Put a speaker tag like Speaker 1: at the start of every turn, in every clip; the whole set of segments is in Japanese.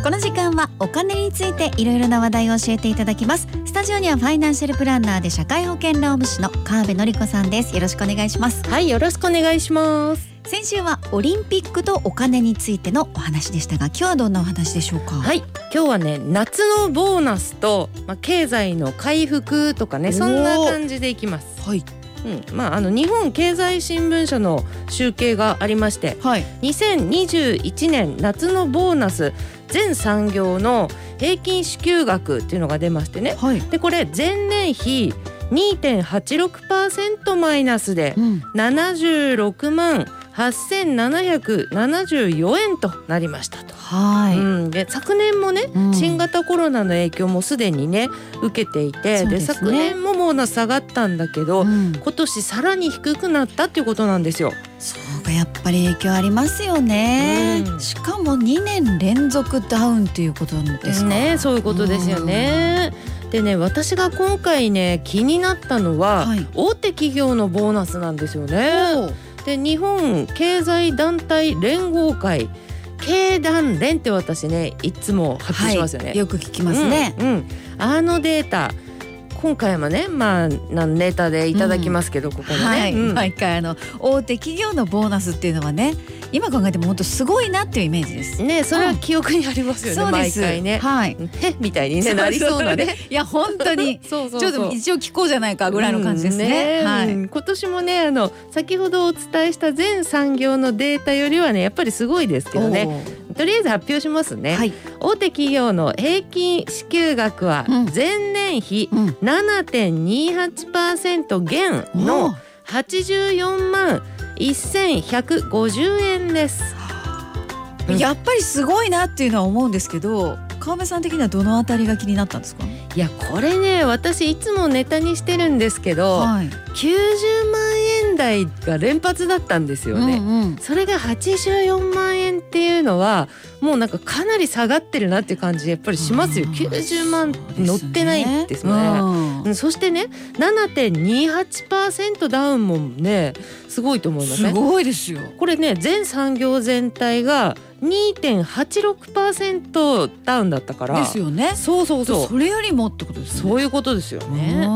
Speaker 1: はお金についていろいろな話題を教えていただきますスタジオにはファイナンシャルプランナーで社会保険労務士の川辺典子さんですよろしくお願いします
Speaker 2: はい、よろしくお願いします。
Speaker 1: 先週はオリンピックとお金についてのお話でしたが今日はどんなお話でしょうか
Speaker 2: はい、今日はね、夏のボーナスと、まあ、経済の回復とか
Speaker 1: お
Speaker 2: ね、
Speaker 1: ー
Speaker 2: そんな感じでいきます。
Speaker 1: はい
Speaker 2: うん、まあ、あの日本経済新聞社の集計がありまして、
Speaker 1: はい
Speaker 2: 2021年夏のボーナス。全産業の平均支給額っていうのが出ましてね。
Speaker 1: はい、
Speaker 2: で、これ前年比2.86%マイナスで
Speaker 1: うん、
Speaker 2: 76万8774円となりましたと。
Speaker 1: はい、
Speaker 2: うん、で昨年もね
Speaker 1: うん
Speaker 2: 新型コロナの影響もすでにね受けていて、
Speaker 1: そう
Speaker 2: で
Speaker 1: ですね
Speaker 2: 昨年もボーナス下がったんだけど、
Speaker 1: うん
Speaker 2: 今年さらに低くなったっていうことなんですよ。
Speaker 1: そうかやっぱり影響ありますよね、
Speaker 2: うん
Speaker 1: しかも2年連続ダウンということなんですか
Speaker 2: ねそういうことですよね。でね私が今回ね気になったのは、
Speaker 1: はい
Speaker 2: 大手企業のボーナスなんですよね。
Speaker 1: おー
Speaker 2: で日本経済団体連合会経団連って私ねいつも発表しますよね。
Speaker 1: はい、よく聞きますね、
Speaker 2: うんうんあのデータ今回もねまあ何データでいただきますけど、ここもね、
Speaker 1: はい、
Speaker 2: うん
Speaker 1: 毎回あの大手企業のボーナスっていうのはね今考えても本当すごいなっていうイメージです、
Speaker 2: ねそれは記憶にありますよね、
Speaker 1: そうで
Speaker 2: 毎
Speaker 1: す
Speaker 2: 回ね。
Speaker 1: はい
Speaker 2: えみたいに、ね、なりそうなね。
Speaker 1: いや本当に
Speaker 2: そうそう
Speaker 1: ち
Speaker 2: そ
Speaker 1: ょ
Speaker 2: う
Speaker 1: っと一応聞こうじゃないかぐらいの感じですね,、
Speaker 2: うん
Speaker 1: は
Speaker 2: う
Speaker 1: い、
Speaker 2: ん今年もねあの先ほどお伝えした全産業のデータよりはねやっぱりすごいですけどねとりあえず発表します
Speaker 1: おー
Speaker 2: ね、
Speaker 1: はい、
Speaker 2: 大手企業の平均支給額は
Speaker 1: うん
Speaker 2: 前年比
Speaker 1: うん、
Speaker 2: 7.28%減の、
Speaker 1: おー
Speaker 2: 84万1150円です。うん
Speaker 1: やっぱりすごいなっていうのは思うんですけど川辺さん的にはどのあたりが気になったんですか
Speaker 2: いやこれね私いつもネタにしてるんですけど、
Speaker 1: はい
Speaker 2: 90万円台が連発だったんですよね。
Speaker 1: うんうん
Speaker 2: それが84万円っていうのはもうなんかかなり下がってるなっていう感じやっぱりしますよ
Speaker 1: うん
Speaker 2: 90万乗ってないですね
Speaker 1: うん
Speaker 2: うんそしてね7.28%ダウンもねすごいと思います
Speaker 1: す
Speaker 2: ね
Speaker 1: ごいですよ。
Speaker 2: これね全産業全体が2.86%ダウンだったから
Speaker 1: ですよね。
Speaker 2: そうそうそ
Speaker 1: そうれよりもってことです
Speaker 2: そ
Speaker 1: ね。
Speaker 2: ういうことですよね。
Speaker 1: ね。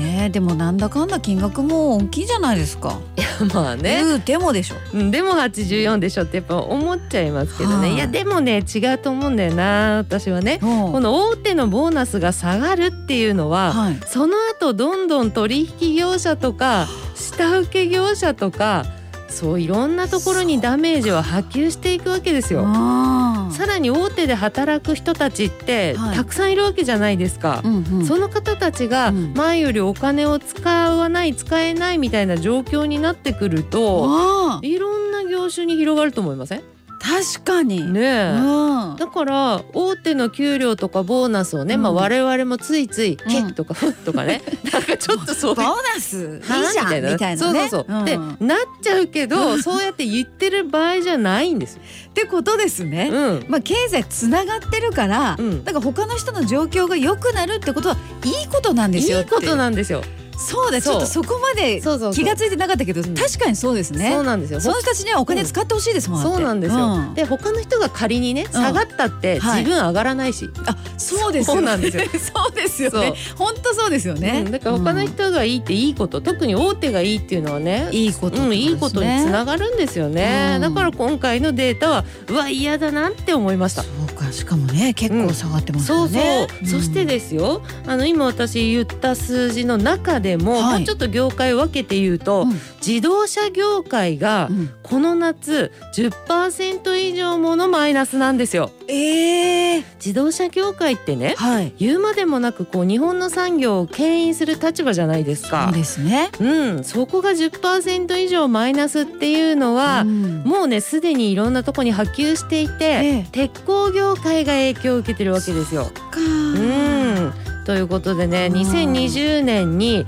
Speaker 1: ねでもなんだかんだ金額も大きいじゃないですか。
Speaker 2: まあね、
Speaker 1: 言うてもでしょ。
Speaker 2: うんでも84でしょってやっぱ思っちゃいますけど
Speaker 1: は
Speaker 2: ね
Speaker 1: い
Speaker 2: いやでもね違うと思うんだよな私はね。こ
Speaker 1: この
Speaker 2: の大手のボーナスが下がるっていうのは
Speaker 1: はい。
Speaker 2: その後どんどん取引業者とか下請け業者とかそういろんなところにダメージを波及していくわけですよ。
Speaker 1: あー
Speaker 2: さらに大手で働く人たちって
Speaker 1: はい
Speaker 2: たくさんいるわけじゃないですか。
Speaker 1: うんうん
Speaker 2: その方たちが
Speaker 1: うん
Speaker 2: 前よりお金を使わない使えないみたいな状況になってくると
Speaker 1: あー
Speaker 2: いろんな業種に広がると思いません
Speaker 1: 確かに。
Speaker 2: ね
Speaker 1: う
Speaker 2: え
Speaker 1: ん。
Speaker 2: だから大手の給料とかボーナスをね、まあ
Speaker 1: うん
Speaker 2: 我々もついつい「
Speaker 1: う
Speaker 2: け
Speaker 1: ん」
Speaker 2: とか「ふ」とかね なんかちょっとそう
Speaker 1: ボ
Speaker 2: い
Speaker 1: ー
Speaker 2: う
Speaker 1: ナスいいじゃんみたいなね。
Speaker 2: そうそうそう、
Speaker 1: ん
Speaker 2: でなっちゃうけどそうやって言ってる場合じゃないんですよ。
Speaker 1: ってことですね。
Speaker 2: うん
Speaker 1: まあ経済つながってるから
Speaker 2: う。ん
Speaker 1: だから他の人の状況が良くなるってことはいいことなんで
Speaker 2: い
Speaker 1: すよっ
Speaker 2: い
Speaker 1: ていう。
Speaker 2: ことなんですよ。
Speaker 1: そうだち
Speaker 2: そう
Speaker 1: ょっとそこまで
Speaker 2: そうそうそう
Speaker 1: 気がついてなかったけど
Speaker 2: うん
Speaker 1: 確かにそうです
Speaker 2: そう
Speaker 1: ね
Speaker 2: なんですよ。
Speaker 1: その人たちにはお金使ってほしいですもんだって
Speaker 2: そうなんですよ、
Speaker 1: うん
Speaker 2: で他の人が仮にね下がったって
Speaker 1: はい
Speaker 2: 自分上がらないし、
Speaker 1: あそうですよ
Speaker 2: そう
Speaker 1: ね
Speaker 2: なんですよ
Speaker 1: そうですよね本当そうですよね
Speaker 2: うんだから他の
Speaker 1: うん
Speaker 2: 人がいいっていいこと、特に大手がいいっていうのはね
Speaker 1: いいこと
Speaker 2: うん、いいことにつ
Speaker 1: が
Speaker 2: ながるんですよね、
Speaker 1: うん
Speaker 2: だから今回のデータはうわ嫌だなって思いました
Speaker 1: そうかしかもね結構下がってます
Speaker 2: そ
Speaker 1: よ
Speaker 2: うそう、
Speaker 1: ね
Speaker 2: そしてですよあの今私言った数字の中
Speaker 1: はい
Speaker 2: でも、もうちょっと業界を分けて言うと、
Speaker 1: うん
Speaker 2: 自動車業界が
Speaker 1: うん
Speaker 2: この夏10%以上ものマイナスなんですよ
Speaker 1: ええ
Speaker 2: 自動車業界ってね
Speaker 1: はい
Speaker 2: 言うまでもなくこう日本の産業を牽引する立場じゃないです
Speaker 1: そ
Speaker 2: か
Speaker 1: うですね
Speaker 2: うん、そこが10%以上マイナスっていうのは、
Speaker 1: うん
Speaker 2: もうねすでにいろんなとこに波及していて、
Speaker 1: ええ
Speaker 2: 鉄鋼業界が影響を受けてるわけですよ。
Speaker 1: か
Speaker 2: うん、ということでね
Speaker 1: うん
Speaker 2: 2020年に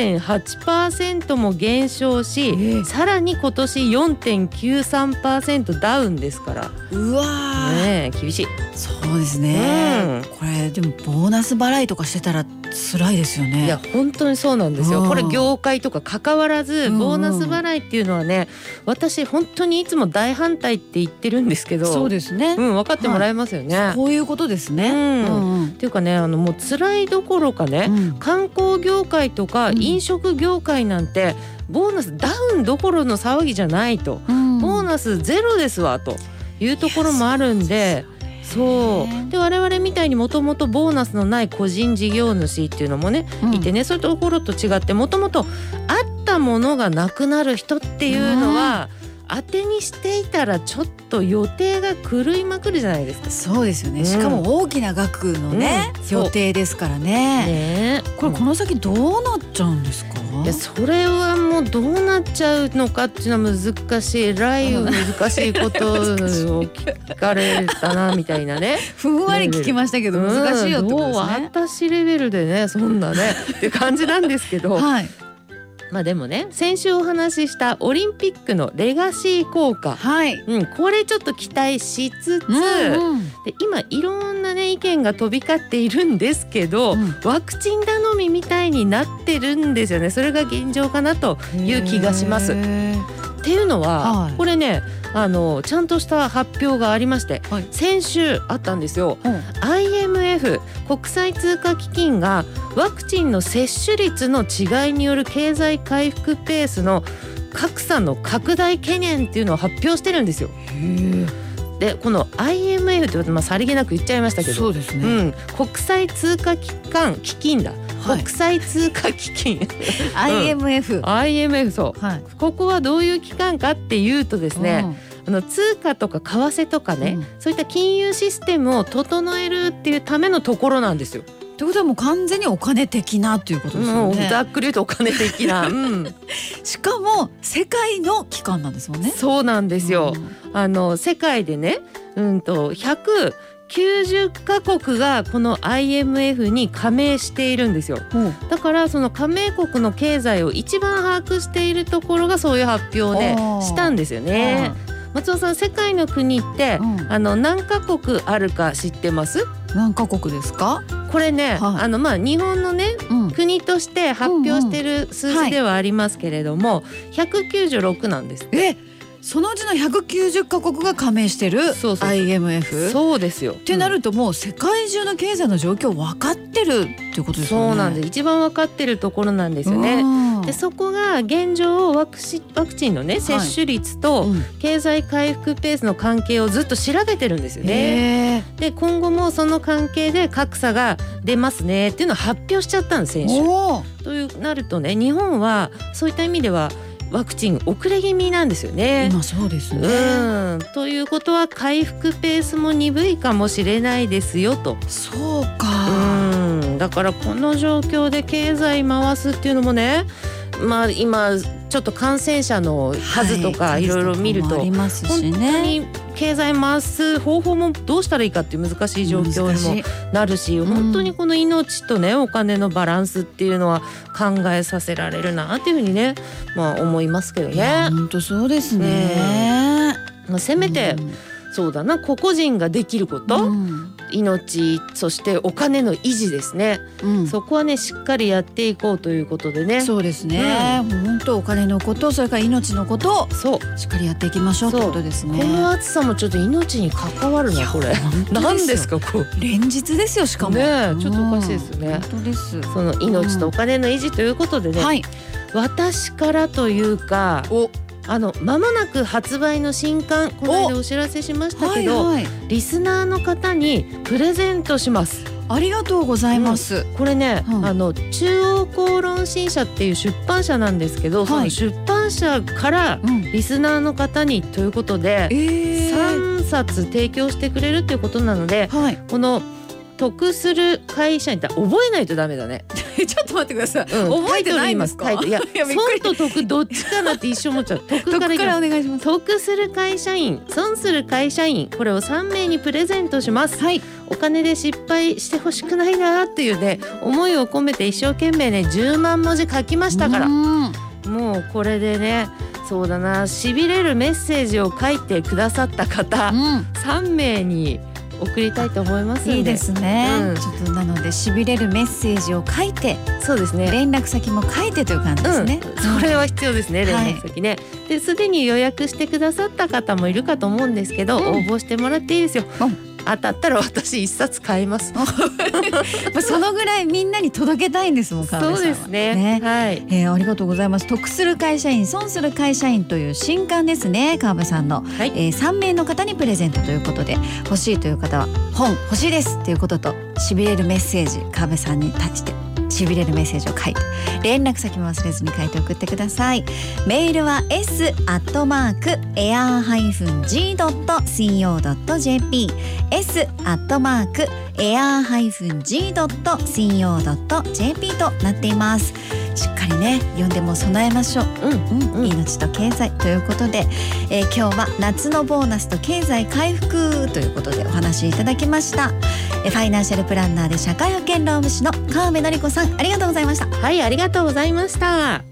Speaker 2: 24.8%も減少し、
Speaker 1: ええ
Speaker 2: さらに今年4.93%ダウンですから
Speaker 1: うわー、
Speaker 2: ねえ厳しい
Speaker 1: そうですね、これでもボーナス払いとかしてたら辛いですよね
Speaker 2: いや本当にそうなんです
Speaker 1: う
Speaker 2: よ
Speaker 1: ん
Speaker 2: これ業界とか関わらず
Speaker 1: うんうん
Speaker 2: ボーナス払いっていうのはね私本当にいつも大反対って言ってるんですけど
Speaker 1: そうですね、
Speaker 2: うん、分かってもらえますよね。
Speaker 1: こういうことですね、
Speaker 2: うん
Speaker 1: うん
Speaker 2: っていうかねあのもう辛いどころかね、
Speaker 1: うん
Speaker 2: 観光業界とか
Speaker 1: うん
Speaker 2: 飲食業界なんて、ボーナスダウンどころの騒ぎじゃないと、
Speaker 1: うん
Speaker 2: ボーナスゼロですわというところもあるんで。
Speaker 1: よ
Speaker 2: そ
Speaker 1: ね
Speaker 2: うで我々みたいにもともとボーナスのない個人事業主っていうのもね、
Speaker 1: うん
Speaker 2: いてねそういうところと違ってもともとあったものがなくなる人っていうのは、当てにしていたらちょっと予定が狂いまくるじゃないですか。
Speaker 1: そうですよね、
Speaker 2: うん
Speaker 1: しかも大きな額のね、
Speaker 2: うんそう
Speaker 1: 予定ですからね
Speaker 2: ねえ
Speaker 1: これこの先どうなっちゃうんですか、
Speaker 2: いやそれはもうどうなっちゃうのかっていうのは難しい雷雨難しいことを聞かれたなみたいなね
Speaker 1: ふんわり聞きました けど難しいよってこと
Speaker 2: うん
Speaker 1: で
Speaker 2: どう
Speaker 1: すね、
Speaker 2: 私レベルでねそんなねって感じなんですけど
Speaker 1: はい
Speaker 2: まあでもね先週お話ししたオリンピックのレガシー効果、
Speaker 1: はい、
Speaker 2: うん、これちょっと期待しつつ、
Speaker 1: うんうん
Speaker 2: で今いろんなね意見が飛び交っているんですけど、
Speaker 1: うん
Speaker 2: ワクチン頼みみたいになってるんですよねそれが現状かなという気がします
Speaker 1: へー
Speaker 2: っていうのは、
Speaker 1: はい
Speaker 2: これねあのちゃんとした発表がありまして、
Speaker 1: はい
Speaker 2: 先週あったんですよ
Speaker 1: うん
Speaker 2: IMF 国際通貨基金がワクチンの接種率の違いによる経済回復ペースの格差の拡大懸念っていうのを発表してるんですよ。でこの IMF ってことまあさりげなく言っちゃいましたけど
Speaker 1: うです
Speaker 2: う、ん、国際通貨機関基金だ、
Speaker 1: はい
Speaker 2: 国際通貨基 金
Speaker 1: IMF、
Speaker 2: IMF そう
Speaker 1: はい
Speaker 2: ここはどういう機関かっていうとですね、
Speaker 1: うん
Speaker 2: あの通貨とか為替とかね、そういった金融システムを整えるっていうためのところなんですよ。
Speaker 1: ってことはもう完全にお金的なっていうことですよ
Speaker 2: もう
Speaker 1: ね
Speaker 2: ざっくり言うとお金 的な、うん、
Speaker 1: しかも世界の機関なんですもんね
Speaker 2: そうなんですよ。
Speaker 1: うん
Speaker 2: あの世界でね、うんと190カ国がこの IMF に加盟しているんですよ。だからその加盟国の経済を一番把握しているところがそういう発表をね
Speaker 1: おー
Speaker 2: したんですよね。松尾さん世界の国って、
Speaker 1: うん
Speaker 2: あの何カ国あるか知ってます
Speaker 1: 何カ国ですか、
Speaker 2: これね、
Speaker 1: はい
Speaker 2: あのまあ日本のね
Speaker 1: うん
Speaker 2: 国として発表してる数
Speaker 1: はい
Speaker 2: 字ではありますけれども、196なんです。
Speaker 1: えそのうちの190カ国が加盟してる
Speaker 2: そうそう
Speaker 1: IMF
Speaker 2: そうですよ。っ
Speaker 1: ってなるともう世界中の経済の状況分かってるっていうことですよね
Speaker 2: そうなんです。一番わかってるところなんですよね。
Speaker 1: ね
Speaker 2: でそこが現状をワクチンワクチンのね接種率と
Speaker 1: うん
Speaker 2: 経済回復ペースの関係をずっと調べてるんですよ
Speaker 1: へ
Speaker 2: ね。で今後もその関係で格差が出ますねっていうのを発表しちゃったんです
Speaker 1: え
Speaker 2: 先週。
Speaker 1: おお
Speaker 2: というなるとね日本はそういった意味ではワクチン遅れ気味なんですよね。
Speaker 1: 今そうですね
Speaker 2: うんということは回復ペースも鈍いかもしれないですよと。
Speaker 1: そう
Speaker 2: う
Speaker 1: か
Speaker 2: んだからこの状況で経済回すっていうのもねまあ今ちょっと感染者の数とか
Speaker 1: はい
Speaker 2: ろいろ見る
Speaker 1: 数
Speaker 2: と
Speaker 1: かもありますし
Speaker 2: 本当
Speaker 1: ね
Speaker 2: に経済回す方法もどうしたらいいかっていう難しい状況にも
Speaker 1: 難しい
Speaker 2: なるし
Speaker 1: ん
Speaker 2: 本当にこの命とねお金のバランスっていうのは考えさせられるなっていうふうにねまあ思いますけど
Speaker 1: いや
Speaker 2: ね、
Speaker 1: 本当そうですね
Speaker 2: まあ、せめて
Speaker 1: うん
Speaker 2: そうだな個々人ができること、
Speaker 1: うん
Speaker 2: 命そしてお金の維持ですね、
Speaker 1: うん
Speaker 2: そこはねしっかりやっていこうということでね
Speaker 1: そうですねもう本当お金のことそれから命のことを
Speaker 2: そう
Speaker 1: しっかりやっていきましょうってことですね
Speaker 2: この暑さもちょっと命に関わるなこれ何です
Speaker 1: か
Speaker 2: かこう
Speaker 1: 連日ですよしかも
Speaker 2: ねえちょっとおかしいですよね
Speaker 1: うん本当です
Speaker 2: その命とお金の維持ということでね、
Speaker 1: はい
Speaker 2: 私からというか
Speaker 1: お
Speaker 2: あの間もなく発売の新刊この間お知らせしました
Speaker 1: は
Speaker 2: け
Speaker 1: い
Speaker 2: ど、
Speaker 1: はい
Speaker 2: リスナーの方にプレゼントします
Speaker 1: ありがとうございます
Speaker 2: これね、
Speaker 1: うん
Speaker 2: あの中央公論新社っていう出版社なんですけど、
Speaker 1: はい
Speaker 2: その出版社から
Speaker 1: うん
Speaker 2: リスナーの方にということで
Speaker 1: えー
Speaker 2: 3冊提供してくれるっていうことなので
Speaker 1: はい
Speaker 2: この得する会社にだ覚えないとダメだね
Speaker 1: ちょっと待ってください。
Speaker 2: うん
Speaker 1: 覚えてないんですか
Speaker 2: タイトル言いますタイトルいや
Speaker 1: いやびっくり
Speaker 2: 損と得どっちかなって一生思っちゃう得
Speaker 1: ど
Speaker 2: か
Speaker 1: こ
Speaker 2: らいき
Speaker 1: か
Speaker 2: ま
Speaker 1: ら
Speaker 2: す
Speaker 1: お願いします。
Speaker 2: 得する会社員損する会社員これを3名にプレゼントします
Speaker 1: はい。
Speaker 2: お金で失敗してほしくないなっていうね思いを込めて一生懸命ね10万文字書きましたから
Speaker 1: うん
Speaker 2: もうこれでねそうだなしびれるメッセージを書いてくださった方
Speaker 1: うん
Speaker 2: 3名に送りたいと思いますんで
Speaker 1: いいですね、
Speaker 2: うん
Speaker 1: ちょっとなのでしびれるメッセージを書いて、
Speaker 2: そうですね
Speaker 1: 連絡先も書いてという感じですね。
Speaker 2: うん、それは必要ですね連
Speaker 1: はい
Speaker 2: 絡先ね、ですでに予約してくださった方もいるかと思うんですけど、
Speaker 1: うん
Speaker 2: 応募してもらっていいですよ、
Speaker 1: う
Speaker 2: 当たったら私一冊買います
Speaker 1: まあそのぐらいみんなに届けたいんですもん。川辺
Speaker 2: そう
Speaker 1: さんは
Speaker 2: ですね
Speaker 1: ね
Speaker 2: はい
Speaker 1: えーありがとうございます。得する会社員、損する会社員という新刊ですね。川辺さんの、
Speaker 2: はい
Speaker 1: えー、3名の方にプレゼントということで、欲しいという方は本欲しいですということと、しびれるメッセージ、川辺さんに対して。しびれるメッセージを書いて連絡先も忘れずに書いて送ってくださいメールは s アットマークエアーハイフン G ドット C O ドット J P s アットマークエアーハイフン G ドット C O ドット J P となっていますしっかりね読んでも備えましょう、
Speaker 2: うん
Speaker 1: うん
Speaker 2: うん
Speaker 1: 命と経済ということで、えー今日は夏のボーナスと経済回復ということでお話いただきましたえーファイナンシャルプランナーで社会保険労務士の川辺典子さんありがとうございました
Speaker 2: はいありがとうございました